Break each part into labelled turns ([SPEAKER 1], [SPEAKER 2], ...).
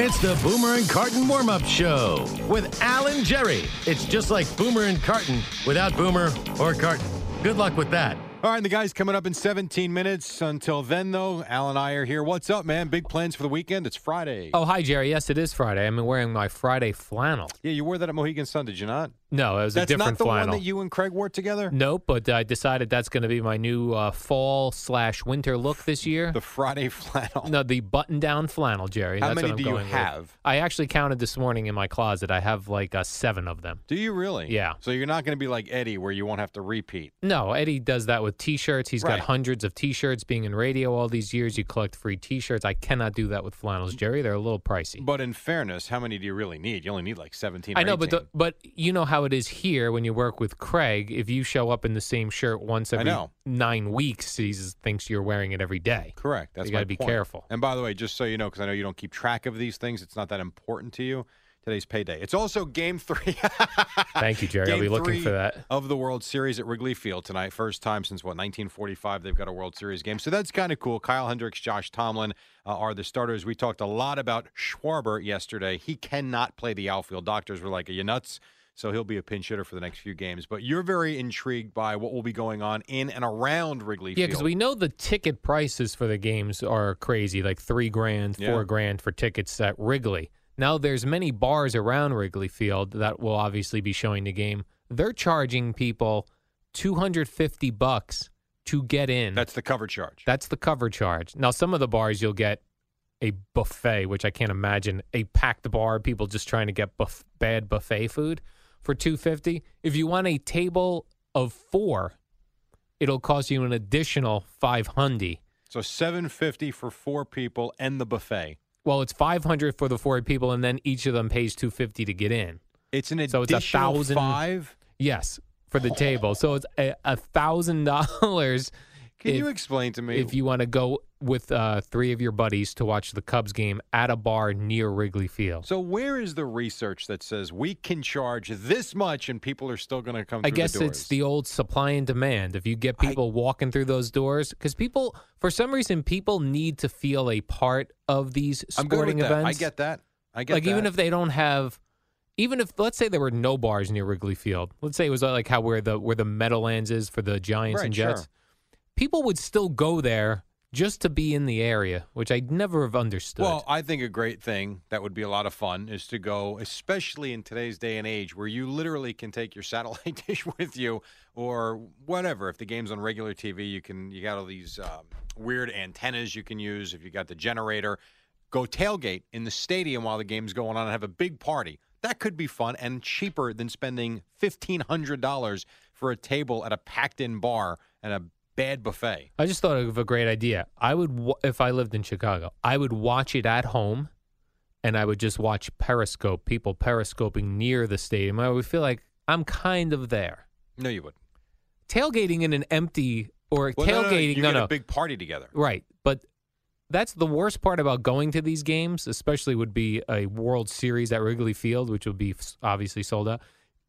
[SPEAKER 1] It's the Boomer and Carton warm up show with Al and Jerry. It's just like Boomer and Carton without Boomer or Carton. Good luck with that.
[SPEAKER 2] All right, the guy's coming up in 17 minutes. Until then, though, Al and I are here. What's up, man? Big plans for the weekend? It's Friday.
[SPEAKER 3] Oh, hi, Jerry. Yes, it is Friday. I'm wearing my Friday flannel.
[SPEAKER 2] Yeah, you wore that at Mohegan Sun, did you not?
[SPEAKER 3] No, it was
[SPEAKER 2] That's
[SPEAKER 3] a different
[SPEAKER 2] not the
[SPEAKER 3] flannel.
[SPEAKER 2] one that you and Craig wore together?
[SPEAKER 3] nope, but I decided that's going to be my new uh, fall slash winter look this year.
[SPEAKER 2] The Friday flannel.
[SPEAKER 3] no, the button down flannel, Jerry.
[SPEAKER 2] How
[SPEAKER 3] That's
[SPEAKER 2] many
[SPEAKER 3] what I'm
[SPEAKER 2] do you
[SPEAKER 3] going with.
[SPEAKER 2] have?
[SPEAKER 3] I actually counted this morning in my closet. I have like uh, seven of them.
[SPEAKER 2] Do you really?
[SPEAKER 3] Yeah.
[SPEAKER 2] So you're not going to be like Eddie where you won't have to repeat.
[SPEAKER 3] No, Eddie does that with t shirts. He's
[SPEAKER 2] Right.
[SPEAKER 3] got hundreds of t shirts. Being in radio all these years, you collect free t shirts. I cannot do that with flannels, Jerry. They're a little pricey.
[SPEAKER 2] But in fairness, how many do you really need? You only need like 17 or
[SPEAKER 3] I know, but the,
[SPEAKER 2] 18.
[SPEAKER 3] but you know how it is here when you work with Craig. If you show up in the same shirt once
[SPEAKER 2] I
[SPEAKER 3] every
[SPEAKER 2] know.
[SPEAKER 3] nine weeks, he s- thinks you're wearing it every day.
[SPEAKER 2] Correct. That's
[SPEAKER 3] you
[SPEAKER 2] got
[SPEAKER 3] gotta
[SPEAKER 2] to
[SPEAKER 3] be careful.
[SPEAKER 2] And by the way, just so you know, because I know you don't keep track of these things, it's not that important to you. Today's payday. It's also game three.
[SPEAKER 3] Thank you, Jerry. I'll
[SPEAKER 2] Game
[SPEAKER 3] be looking for
[SPEAKER 2] three
[SPEAKER 3] that.
[SPEAKER 2] Of the World Series at Wrigley Field tonight. First time since, what, 1945, they've got a World Series game. So that's kind of cool. Kyle Hendricks, Josh Tomlin uh, are the starters. We talked a lot about Schwarber yesterday. He cannot play the outfield. Doctors were like, are you nuts? So he'll be a pinch hitter for the next few games. But you're very intrigued by what will be going on in and around Wrigley
[SPEAKER 3] Yeah,
[SPEAKER 2] Field.
[SPEAKER 3] because we know the ticket prices for the games are crazy, like three grand,
[SPEAKER 2] Yeah.
[SPEAKER 3] four grand for tickets at Wrigley. Now, there's many bars around Wrigley Field that will obviously be showing the game. They're charging people 250 bucks to get in.
[SPEAKER 2] That's the cover charge.
[SPEAKER 3] That's the cover charge. Now, some of the bars you'll get a buffet, which I can't imagine a packed bar, people just trying to get buff- bad buffet food for 250. If you want a table of 4, it'll cost you an additional 500.
[SPEAKER 2] so 750 for four people and the buffet.
[SPEAKER 3] Well, it's 500 for the 4 people and then each of them pays 250 to get in.
[SPEAKER 2] It's an
[SPEAKER 3] So
[SPEAKER 2] additional
[SPEAKER 3] it's a thousand-
[SPEAKER 2] five.
[SPEAKER 3] Yes, for the table. So it's a a $1,000
[SPEAKER 2] Can
[SPEAKER 3] If-
[SPEAKER 2] you explain to me
[SPEAKER 3] if you want to go with uh, three of your buddies to watch the Cubs game at a bar near Wrigley Field.
[SPEAKER 2] So where is the research that says we can charge this much and people are still going to come?
[SPEAKER 3] I
[SPEAKER 2] through
[SPEAKER 3] guess
[SPEAKER 2] the doors?
[SPEAKER 3] it's the old supply and demand. If you get people walking through those doors, because people, for some reason, people need to feel a part of these
[SPEAKER 2] I'm good with
[SPEAKER 3] sporting
[SPEAKER 2] that.
[SPEAKER 3] events.
[SPEAKER 2] I get that. I get
[SPEAKER 3] like even
[SPEAKER 2] that.
[SPEAKER 3] if they don't have, even if let's say there were no bars near Wrigley Field, let's say it was uh, like how where the where the Meadowlands is for the Giants
[SPEAKER 2] Right,
[SPEAKER 3] and Jets,
[SPEAKER 2] sure.
[SPEAKER 3] people would still go there just to be in the area, which I never have understood.
[SPEAKER 2] Well, I think a great thing that would be a lot of fun is to go, especially in today's day and age where you literally can take your satellite dish with you or whatever. If the game's on regular TV, you can you got all these um, weird antennas you can use. If you got the generator, go tailgate in the stadium while the game's going on and have a big party. That could be fun and cheaper than spending fifteen hundred dollars for a table at a packed-in bar and a bad buffet.
[SPEAKER 3] I just thought of a great idea. I would, wa- if I lived in Chicago, I would watch it at home, and I would just watch Periscope, people periscoping near the stadium. I would feel like I'm kind of there,
[SPEAKER 2] No, you would.
[SPEAKER 3] tailgating in an empty or
[SPEAKER 2] Well, no, no, no,
[SPEAKER 3] tailgating.
[SPEAKER 2] you
[SPEAKER 3] No,
[SPEAKER 2] get
[SPEAKER 3] no,
[SPEAKER 2] a big party together.
[SPEAKER 3] right. But that's the worst part about going to these games, especially would be a World Series at Wrigley Field, which would be s- obviously sold out.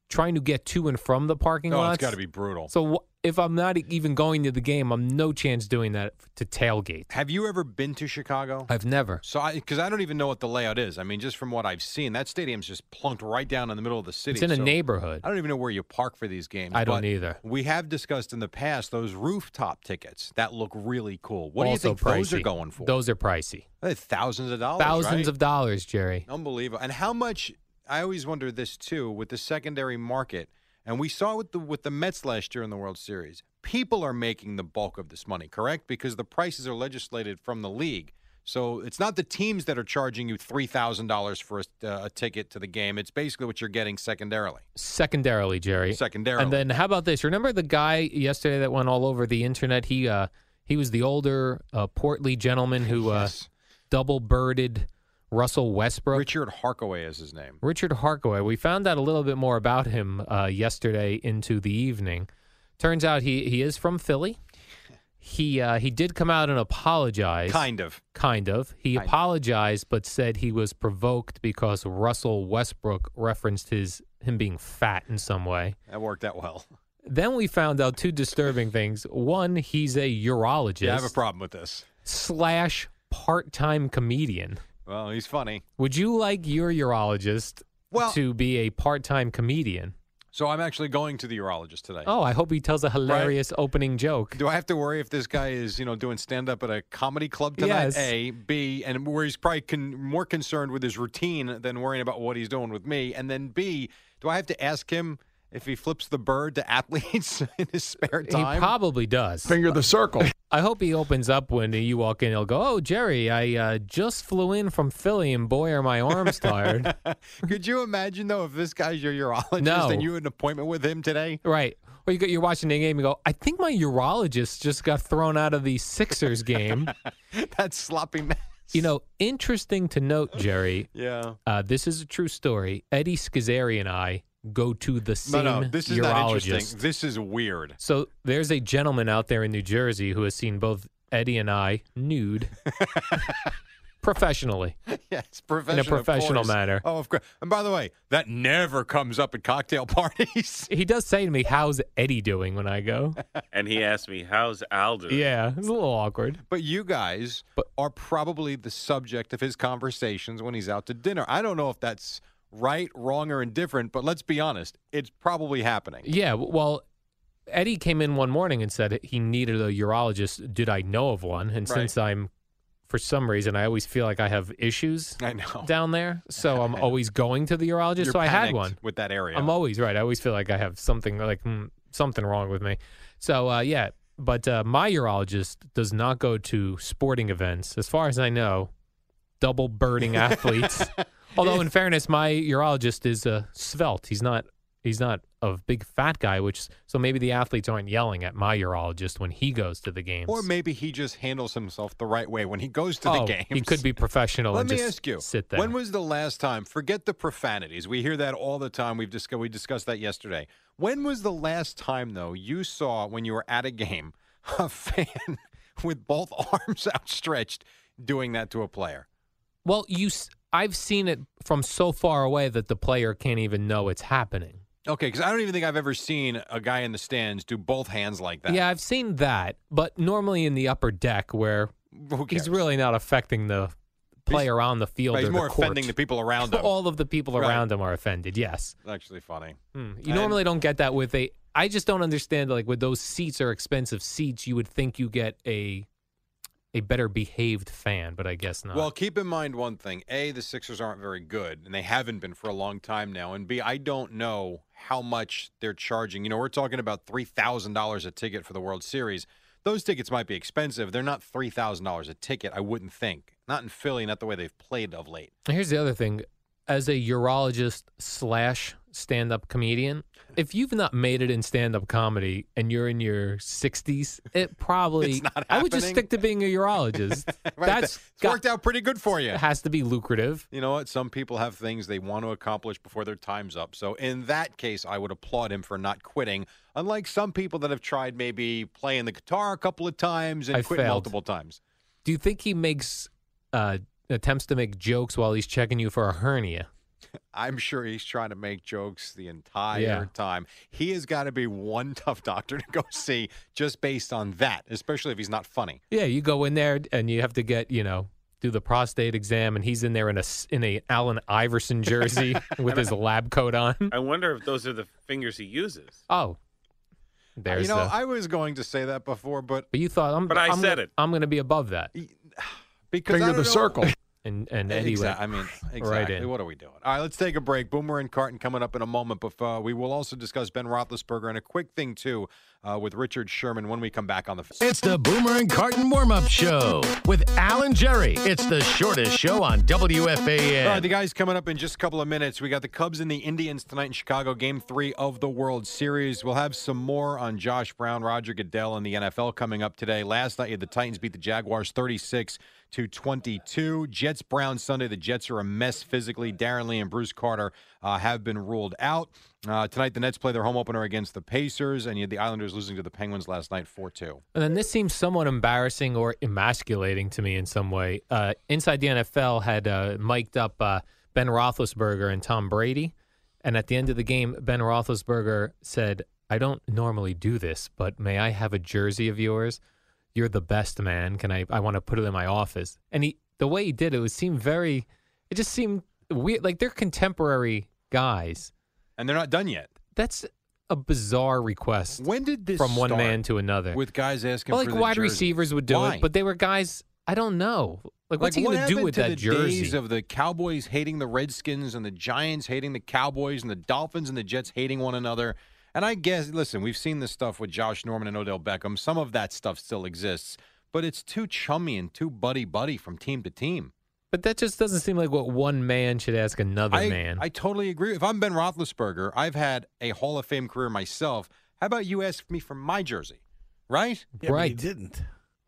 [SPEAKER 3] Trying to get to and from the parking
[SPEAKER 2] Oh,
[SPEAKER 3] lots.
[SPEAKER 2] it's got to be brutal.
[SPEAKER 3] So wh- if I'm not e- even going to the game, I'm no chance doing that f- to tailgate.
[SPEAKER 2] Have you ever been to Chicago?
[SPEAKER 3] I've never.
[SPEAKER 2] So, because I, don't even know what the layout is. I mean, just from what I've seen, that stadium's just plunked right down in the middle of the city.
[SPEAKER 3] It's in a
[SPEAKER 2] so
[SPEAKER 3] neighborhood.
[SPEAKER 2] I don't even know where you park for these games.
[SPEAKER 3] I don't
[SPEAKER 2] but
[SPEAKER 3] either.
[SPEAKER 2] We have discussed in the past those rooftop tickets that look really cool. What do you
[SPEAKER 3] also
[SPEAKER 2] think those are
[SPEAKER 3] pricey.
[SPEAKER 2] going for?
[SPEAKER 3] Those are pricey.
[SPEAKER 2] They're thousands of dollars.
[SPEAKER 3] Thousands
[SPEAKER 2] right?
[SPEAKER 3] of dollars, Jerry.
[SPEAKER 2] Unbelievable. And how much? I always wonder this too with the secondary market. And we saw with the with the Mets last year in the World Series. people are making the bulk of this money, correct? Because the prices are legislated from the league. So it's not the teams that are charging you three thousand dollars for a, uh, a ticket to the game. It's basically what you're getting secondarily.
[SPEAKER 3] Secondarily, Jerry.
[SPEAKER 2] Secondarily,
[SPEAKER 3] And then how about this? Remember the guy yesterday that went all over the internet? He uh he was the older uh, portly gentleman who uh,
[SPEAKER 2] Yes.
[SPEAKER 3] double birded Russell Westbrook.
[SPEAKER 2] Richard Harkaway is his name.
[SPEAKER 3] Richard Harkaway. We found out a little bit more about him uh, yesterday into the evening. Turns out he, he is from Philly. He uh, he did come out and apologize.
[SPEAKER 2] Kind of.
[SPEAKER 3] Kind of. He
[SPEAKER 2] Kind of.
[SPEAKER 3] apologized, but said he was provoked because Russell Westbrook referenced his him being fat in some way.
[SPEAKER 2] That worked out well.
[SPEAKER 3] Then we found out two disturbing things. One, he's a urologist
[SPEAKER 2] Yeah, I have a problem with this.
[SPEAKER 3] slash part time comedian.
[SPEAKER 2] Well, he's funny.
[SPEAKER 3] Would you like your urologist
[SPEAKER 2] Well-
[SPEAKER 3] to be a part time comedian?
[SPEAKER 2] So I'm actually going to the urologist today.
[SPEAKER 3] Oh, I hope he tells a hilarious opening joke.
[SPEAKER 2] Do I have to worry if this guy is, you know, doing stand up at a comedy club tonight?
[SPEAKER 3] Yes.
[SPEAKER 2] A, B, and where he's probably con- more concerned with his routine than worrying about what he's doing with me. And then B, do I have to ask him if he flips the bird to athletes in his spare time?
[SPEAKER 3] He probably does.
[SPEAKER 4] Finger the circle.
[SPEAKER 3] I hope he opens up when you walk in. He'll go, "Oh, Jerry, I uh, just flew in from Philly, and boy, are my arms tired."
[SPEAKER 2] Could you imagine though if this guy's your urologist
[SPEAKER 3] No.
[SPEAKER 2] and you had an appointment with him today?
[SPEAKER 3] right. Or you go, you're watching the game. You go, "I think my urologist just got thrown out of the Sixers game."
[SPEAKER 2] That's sloppy mess.
[SPEAKER 3] you know, interesting to note, Jerry.
[SPEAKER 2] Yeah.
[SPEAKER 3] Uh, this is a true story. Eddie Schizzeri and I go to the
[SPEAKER 2] No,
[SPEAKER 3] same
[SPEAKER 2] no, this is
[SPEAKER 3] urologist.
[SPEAKER 2] not interesting. This is weird.
[SPEAKER 3] So there's a gentleman out there in New Jersey who has seen both Eddie and I nude professionally.
[SPEAKER 2] Yes, professional. of
[SPEAKER 3] professional
[SPEAKER 2] course.
[SPEAKER 3] manner.
[SPEAKER 2] Oh, of course. And by the way, that never comes up at cocktail parties.
[SPEAKER 3] He does say to me, How's Eddie doing when I go?
[SPEAKER 5] And he asked me, "How's Aldo?"
[SPEAKER 3] yeah, it's a little awkward.
[SPEAKER 2] But you guys
[SPEAKER 3] But-
[SPEAKER 2] are probably the subject of his conversations when he's out to dinner. I don't know if that's right, wrong, or indifferent, but let's be honest, it's probably happening.
[SPEAKER 3] Yeah, w- well, Eddie came in one morning and said he needed a urologist. Did I know of one? And
[SPEAKER 2] Right.
[SPEAKER 3] since I'm, for some reason, I always feel like I have issues
[SPEAKER 2] I know.
[SPEAKER 3] down there. So I'm always going to the urologist.
[SPEAKER 2] Oh. You're
[SPEAKER 3] so I had
[SPEAKER 2] panicked
[SPEAKER 3] one.
[SPEAKER 2] with that area.
[SPEAKER 3] I'm always right. I always feel like I have something like mm, something wrong with me. So uh, yeah, but uh, my urologist does not go to sporting events, as far as I know. Double birding athletes. Although, in fairness, my urologist is uh, svelte. He's not. He's not a big fat guy, which so maybe the athletes aren't yelling at my urologist when he goes to the games.
[SPEAKER 2] or maybe he just handles himself the right way when he goes to
[SPEAKER 3] Oh,
[SPEAKER 2] the games.
[SPEAKER 3] He could be professional.
[SPEAKER 2] Let
[SPEAKER 3] and
[SPEAKER 2] me
[SPEAKER 3] just
[SPEAKER 2] ask you.
[SPEAKER 3] Sit there.
[SPEAKER 2] When was the last time? Forget the profanities. We hear that all the time. We've discussed. We discussed that yesterday. When was the last time though you saw when you were at a game a fan with both arms outstretched doing that to a player?
[SPEAKER 3] Well, you, s- I've seen it from so far away that the player can't even know it's happening.
[SPEAKER 2] Okay, because I don't even think I've ever seen a guy in the stands do both hands like that.
[SPEAKER 3] Yeah, I've seen that, but normally in the upper deck where
[SPEAKER 2] Who cares?
[SPEAKER 3] he's really not affecting the player on the field.
[SPEAKER 2] Right, he's
[SPEAKER 3] or
[SPEAKER 2] more
[SPEAKER 3] the court.
[SPEAKER 2] offending the people around him.
[SPEAKER 3] All of the people
[SPEAKER 2] Right.
[SPEAKER 3] around him are offended. Yes,
[SPEAKER 2] It's actually funny.
[SPEAKER 3] Hmm. you
[SPEAKER 2] And-
[SPEAKER 3] normally don't get that with a. I just don't understand. Like with those seats are expensive seats, you would think you get a a better behaved fan, but I guess not.
[SPEAKER 2] Well, keep in mind one thing. A, the Sixers aren't very good, and they haven't been for a long time now. And B, I don't know how much they're charging. You know, we're talking about $3,000 a ticket for the World Series. Those tickets might be expensive. They're not $3,000 a ticket, I wouldn't think. Not in Philly, not the way they've played of late.
[SPEAKER 3] Here's the other thing. As a urologist slash stand up comedian, if you've not made it in stand up comedy and you're in your 60s, it probably,
[SPEAKER 2] It's not
[SPEAKER 3] I would just
[SPEAKER 2] happening.
[SPEAKER 3] stick to being a urologist.
[SPEAKER 2] Right?
[SPEAKER 3] That's
[SPEAKER 2] It's
[SPEAKER 3] got-
[SPEAKER 2] worked out pretty good for you.
[SPEAKER 3] has to be lucrative.
[SPEAKER 2] You know what? Some people have things they want to accomplish before their time's up. So, in that case, I would applaud him for not quitting. Unlike some people that have tried maybe playing the guitar a couple of times and
[SPEAKER 3] I
[SPEAKER 2] quit
[SPEAKER 3] failed.
[SPEAKER 2] multiple times.
[SPEAKER 3] Do you think he makes uh, attempts to make jokes while he's checking you for a hernia?
[SPEAKER 2] I'm sure he's trying to make jokes the entire
[SPEAKER 3] Yeah.
[SPEAKER 2] time. He has got to be one tough doctor to go see just based on that, especially if he's not funny.
[SPEAKER 3] Yeah, you go in there and you have to get, you know, do the prostate exam, and he's in there in a s- in a Allen Iverson jersey with his lab coat on.
[SPEAKER 5] I wonder if those are the fingers he uses.
[SPEAKER 3] Oh, there's
[SPEAKER 2] you know,
[SPEAKER 3] the-
[SPEAKER 2] I was going to say that before, but
[SPEAKER 3] But you thought I'm.
[SPEAKER 5] But I
[SPEAKER 3] I'm
[SPEAKER 5] said
[SPEAKER 3] gonna,
[SPEAKER 5] it.
[SPEAKER 3] I'm going to be above that.
[SPEAKER 2] because I
[SPEAKER 4] Finger
[SPEAKER 2] don't
[SPEAKER 4] the
[SPEAKER 2] know-
[SPEAKER 4] circle.
[SPEAKER 3] And and anyway,
[SPEAKER 2] Exact- I mean, exactly.
[SPEAKER 3] in.
[SPEAKER 2] What are we doing? All right, let's take a break. Boomer and Carton coming up in a moment, but uh, we will also discuss Ben Roethlisberger and a quick thing too uh, with Richard Sherman when we come back on the.
[SPEAKER 1] It's the Boomer and Carton warm up show with Al and Jerry. It's the shortest show on WFAN.
[SPEAKER 2] All right, Uh, the guys coming up in just a couple of minutes. We got the Cubs and the Indians tonight in Chicago, game three of the World Series. We'll have some more on Josh Brown, Roger Goodell, and the NFL coming up today. Last night, the Titans beat the Jaguars 36 to 22. Jets Brown Sunday. The Jets are a mess physically. Darren Lee and Bruce Carter uh, have been ruled out. Uh, tonight, the Nets play their home opener against the Pacers, and you had the Islanders losing to the Penguins last night 4 2.
[SPEAKER 3] And then this seems somewhat embarrassing or emasculating to me in some way. Uh, Inside the NFL had uh, mic'd up uh, Ben Roethlisberger and Tom Brady, and at the end of the game, Ben Roethlisberger said, "I don't normally do this, but may I have a jersey of yours? You're the best man. Can I? I want to put it in my office." And he, the way he did it, was seemed very. It just seemed weird. Like they're contemporary guys.
[SPEAKER 2] And they're not done yet.
[SPEAKER 3] That's a bizarre request
[SPEAKER 2] When did this
[SPEAKER 3] from one
[SPEAKER 2] start
[SPEAKER 3] man to another.
[SPEAKER 2] with guys asking
[SPEAKER 3] Well, like
[SPEAKER 2] for the
[SPEAKER 3] wide
[SPEAKER 2] jersey?
[SPEAKER 3] receivers would do
[SPEAKER 2] Why?
[SPEAKER 3] it, but they were guys. I don't know. Like,
[SPEAKER 2] Like,
[SPEAKER 3] what's he
[SPEAKER 2] what
[SPEAKER 3] going to do
[SPEAKER 2] happened
[SPEAKER 3] with
[SPEAKER 2] to
[SPEAKER 3] that
[SPEAKER 2] the
[SPEAKER 3] jersey?
[SPEAKER 2] Days of the Cowboys hating the Redskins and the Giants hating the Cowboys and the Dolphins and the Jets hating one another. And I guess, listen, we've seen this stuff with Josh Norman and Odell Beckham. Some of that stuff still exists, but it's too chummy and too buddy buddy from team to team.
[SPEAKER 3] but that just doesn't seem like what one man should ask another
[SPEAKER 2] I,
[SPEAKER 3] man.
[SPEAKER 2] I totally agree. If I'm Ben Roethlisberger, I've had a Hall of Fame career myself. How about you ask me for my jersey, right?
[SPEAKER 4] Yeah, but he
[SPEAKER 3] Right.
[SPEAKER 4] didn't.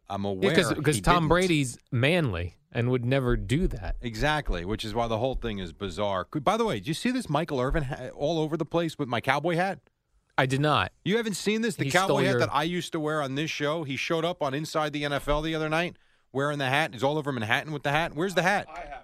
[SPEAKER 2] I'm aware
[SPEAKER 3] because
[SPEAKER 2] he
[SPEAKER 3] Tom
[SPEAKER 2] didn't.
[SPEAKER 3] Brady's manly and would never do that.
[SPEAKER 2] Exactly, which is why the whole thing is bizarre. Could- By the way, did you see this Michael Irvin ha- all over the place with my cowboy hat?
[SPEAKER 3] I did not.
[SPEAKER 2] You haven't seen this? The
[SPEAKER 3] He stole
[SPEAKER 2] cowboy hat
[SPEAKER 3] your-
[SPEAKER 2] that I used to wear on this show. He showed up on Inside the NFL the other night wearing the hat. It's all over Manhattan with the hat. Where's the hat? I have it.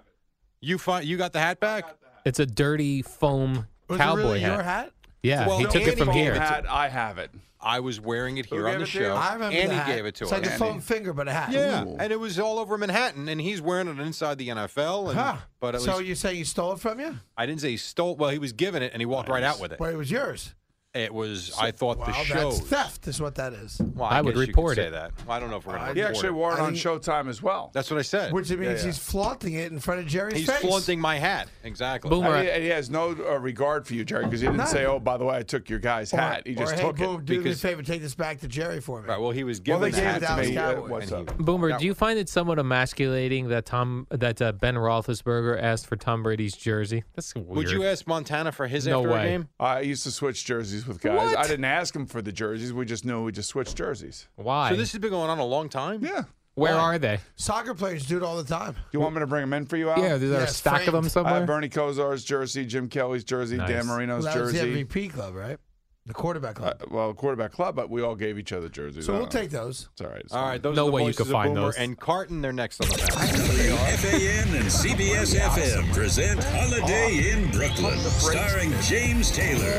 [SPEAKER 2] You fi- you got the hat back?
[SPEAKER 3] It's a dirty foam
[SPEAKER 4] Was
[SPEAKER 3] cowboy
[SPEAKER 4] it really
[SPEAKER 3] hat.
[SPEAKER 4] your hat?
[SPEAKER 3] Yeah,
[SPEAKER 2] Well,
[SPEAKER 3] he took
[SPEAKER 2] Andy
[SPEAKER 3] it from
[SPEAKER 2] gave
[SPEAKER 3] here.
[SPEAKER 2] it to-
[SPEAKER 6] Hat, I have it.
[SPEAKER 2] I was wearing it here
[SPEAKER 6] Who
[SPEAKER 2] on
[SPEAKER 6] gave
[SPEAKER 2] the
[SPEAKER 6] it to you?
[SPEAKER 2] show.
[SPEAKER 4] I remember
[SPEAKER 2] Andy
[SPEAKER 4] the hat.
[SPEAKER 2] gave it to
[SPEAKER 4] It's
[SPEAKER 2] us.
[SPEAKER 4] like a
[SPEAKER 6] Andy.
[SPEAKER 4] foam finger, but a hat.
[SPEAKER 2] Yeah,
[SPEAKER 4] Ooh.
[SPEAKER 2] and it was all over Manhattan, and he's wearing it inside the NFL. And,
[SPEAKER 4] Huh.
[SPEAKER 2] But at
[SPEAKER 4] so
[SPEAKER 2] least
[SPEAKER 4] you're saying he stole it from you?
[SPEAKER 2] I didn't say he stole. Well, he was given it, and he walked right out with it.
[SPEAKER 4] Well, it was yours.
[SPEAKER 2] It was. I thought the
[SPEAKER 4] Wow,
[SPEAKER 2] show.
[SPEAKER 4] that's theft, is what that is.
[SPEAKER 2] Well,
[SPEAKER 3] I would
[SPEAKER 2] guess you could
[SPEAKER 3] report
[SPEAKER 2] say
[SPEAKER 3] it.
[SPEAKER 2] that. Well, I don't know if we're going to
[SPEAKER 6] He
[SPEAKER 2] report
[SPEAKER 6] actually
[SPEAKER 2] it.
[SPEAKER 6] wore
[SPEAKER 4] I
[SPEAKER 6] it on
[SPEAKER 4] think-
[SPEAKER 6] Showtime as well.
[SPEAKER 2] That's what I said.
[SPEAKER 4] Which means he's flaunting it in front of Jerry's
[SPEAKER 2] He's
[SPEAKER 4] face.
[SPEAKER 2] flaunting my hat. Exactly.
[SPEAKER 3] Boom.
[SPEAKER 6] And
[SPEAKER 3] Right.
[SPEAKER 6] he, and he has no uh, regard for you, Jerry, because he didn't
[SPEAKER 4] None.
[SPEAKER 6] say, "Oh, by the way, I took your guy's
[SPEAKER 4] Or-
[SPEAKER 6] hat." He
[SPEAKER 4] or,
[SPEAKER 6] just
[SPEAKER 4] hey,
[SPEAKER 6] took
[SPEAKER 4] boom,
[SPEAKER 6] it.
[SPEAKER 4] do me a
[SPEAKER 6] because-
[SPEAKER 4] favor, take this back to Jerry for me.
[SPEAKER 2] Right. Well, he was
[SPEAKER 6] Well,
[SPEAKER 2] given
[SPEAKER 6] they
[SPEAKER 2] the
[SPEAKER 6] gave
[SPEAKER 2] hat
[SPEAKER 6] it to
[SPEAKER 4] Dallas
[SPEAKER 6] me. uh,
[SPEAKER 4] Cowboys.
[SPEAKER 6] What's
[SPEAKER 2] And
[SPEAKER 6] up?
[SPEAKER 2] he-
[SPEAKER 3] Boomer,
[SPEAKER 2] Now-
[SPEAKER 3] do you find it somewhat emasculating that Tom that uh, Ben Roethlisberger asked for Tom Brady's jersey? That's weird.
[SPEAKER 2] Would you ask Montana for his
[SPEAKER 3] No
[SPEAKER 2] after
[SPEAKER 3] way.
[SPEAKER 2] a game?
[SPEAKER 6] I used to switch jerseys with guys. I didn't ask him for the jerseys. We just knew we just switched jerseys.
[SPEAKER 3] Why?
[SPEAKER 2] So this has been going on a long time.
[SPEAKER 6] Yeah.
[SPEAKER 3] Where
[SPEAKER 2] why?
[SPEAKER 3] are they?
[SPEAKER 4] Soccer players do it all the time.
[SPEAKER 6] Do you want me to bring them in for you, Al?
[SPEAKER 3] Yeah, is there a
[SPEAKER 4] Yes,
[SPEAKER 3] stack of
[SPEAKER 4] framed.
[SPEAKER 3] them
[SPEAKER 6] I
[SPEAKER 3] somewhere?
[SPEAKER 6] have Bernie Kosar's jersey, Jim Kelly's jersey,
[SPEAKER 3] Nice.
[SPEAKER 6] Dan Marino's
[SPEAKER 4] well, that was the
[SPEAKER 6] jersey.
[SPEAKER 4] MVP club, right? The quarterback
[SPEAKER 6] Uh,
[SPEAKER 4] club.
[SPEAKER 6] well, quarterback club, but we all gave each other jerseys.
[SPEAKER 4] so
[SPEAKER 6] I
[SPEAKER 4] we'll
[SPEAKER 6] don't know.
[SPEAKER 4] take those.
[SPEAKER 6] It's all right. It's
[SPEAKER 2] All
[SPEAKER 6] fine.
[SPEAKER 2] right. Those
[SPEAKER 3] No
[SPEAKER 2] are the
[SPEAKER 3] way you
[SPEAKER 2] voices
[SPEAKER 3] could
[SPEAKER 2] of
[SPEAKER 3] find
[SPEAKER 2] Boomer
[SPEAKER 3] those.
[SPEAKER 2] and Carton. They're next on the map.
[SPEAKER 7] FAN and CBS FM present Holiday in Brooklyn, starring James Taylor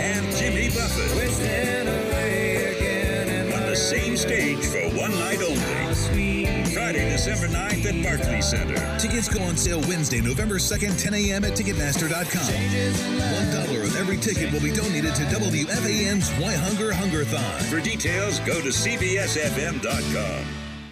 [SPEAKER 7] and Jimmy Buffett. On the same stage for one night only. Friday, December 9th at Barclays Center. Tickets go on sale Wednesday, November 2nd, 10 a.m. at Ticketmaster.com. $1 of every ticket will be donated to WFAN's Why Hunger Hungerthon. For details, go to CBSFM.com.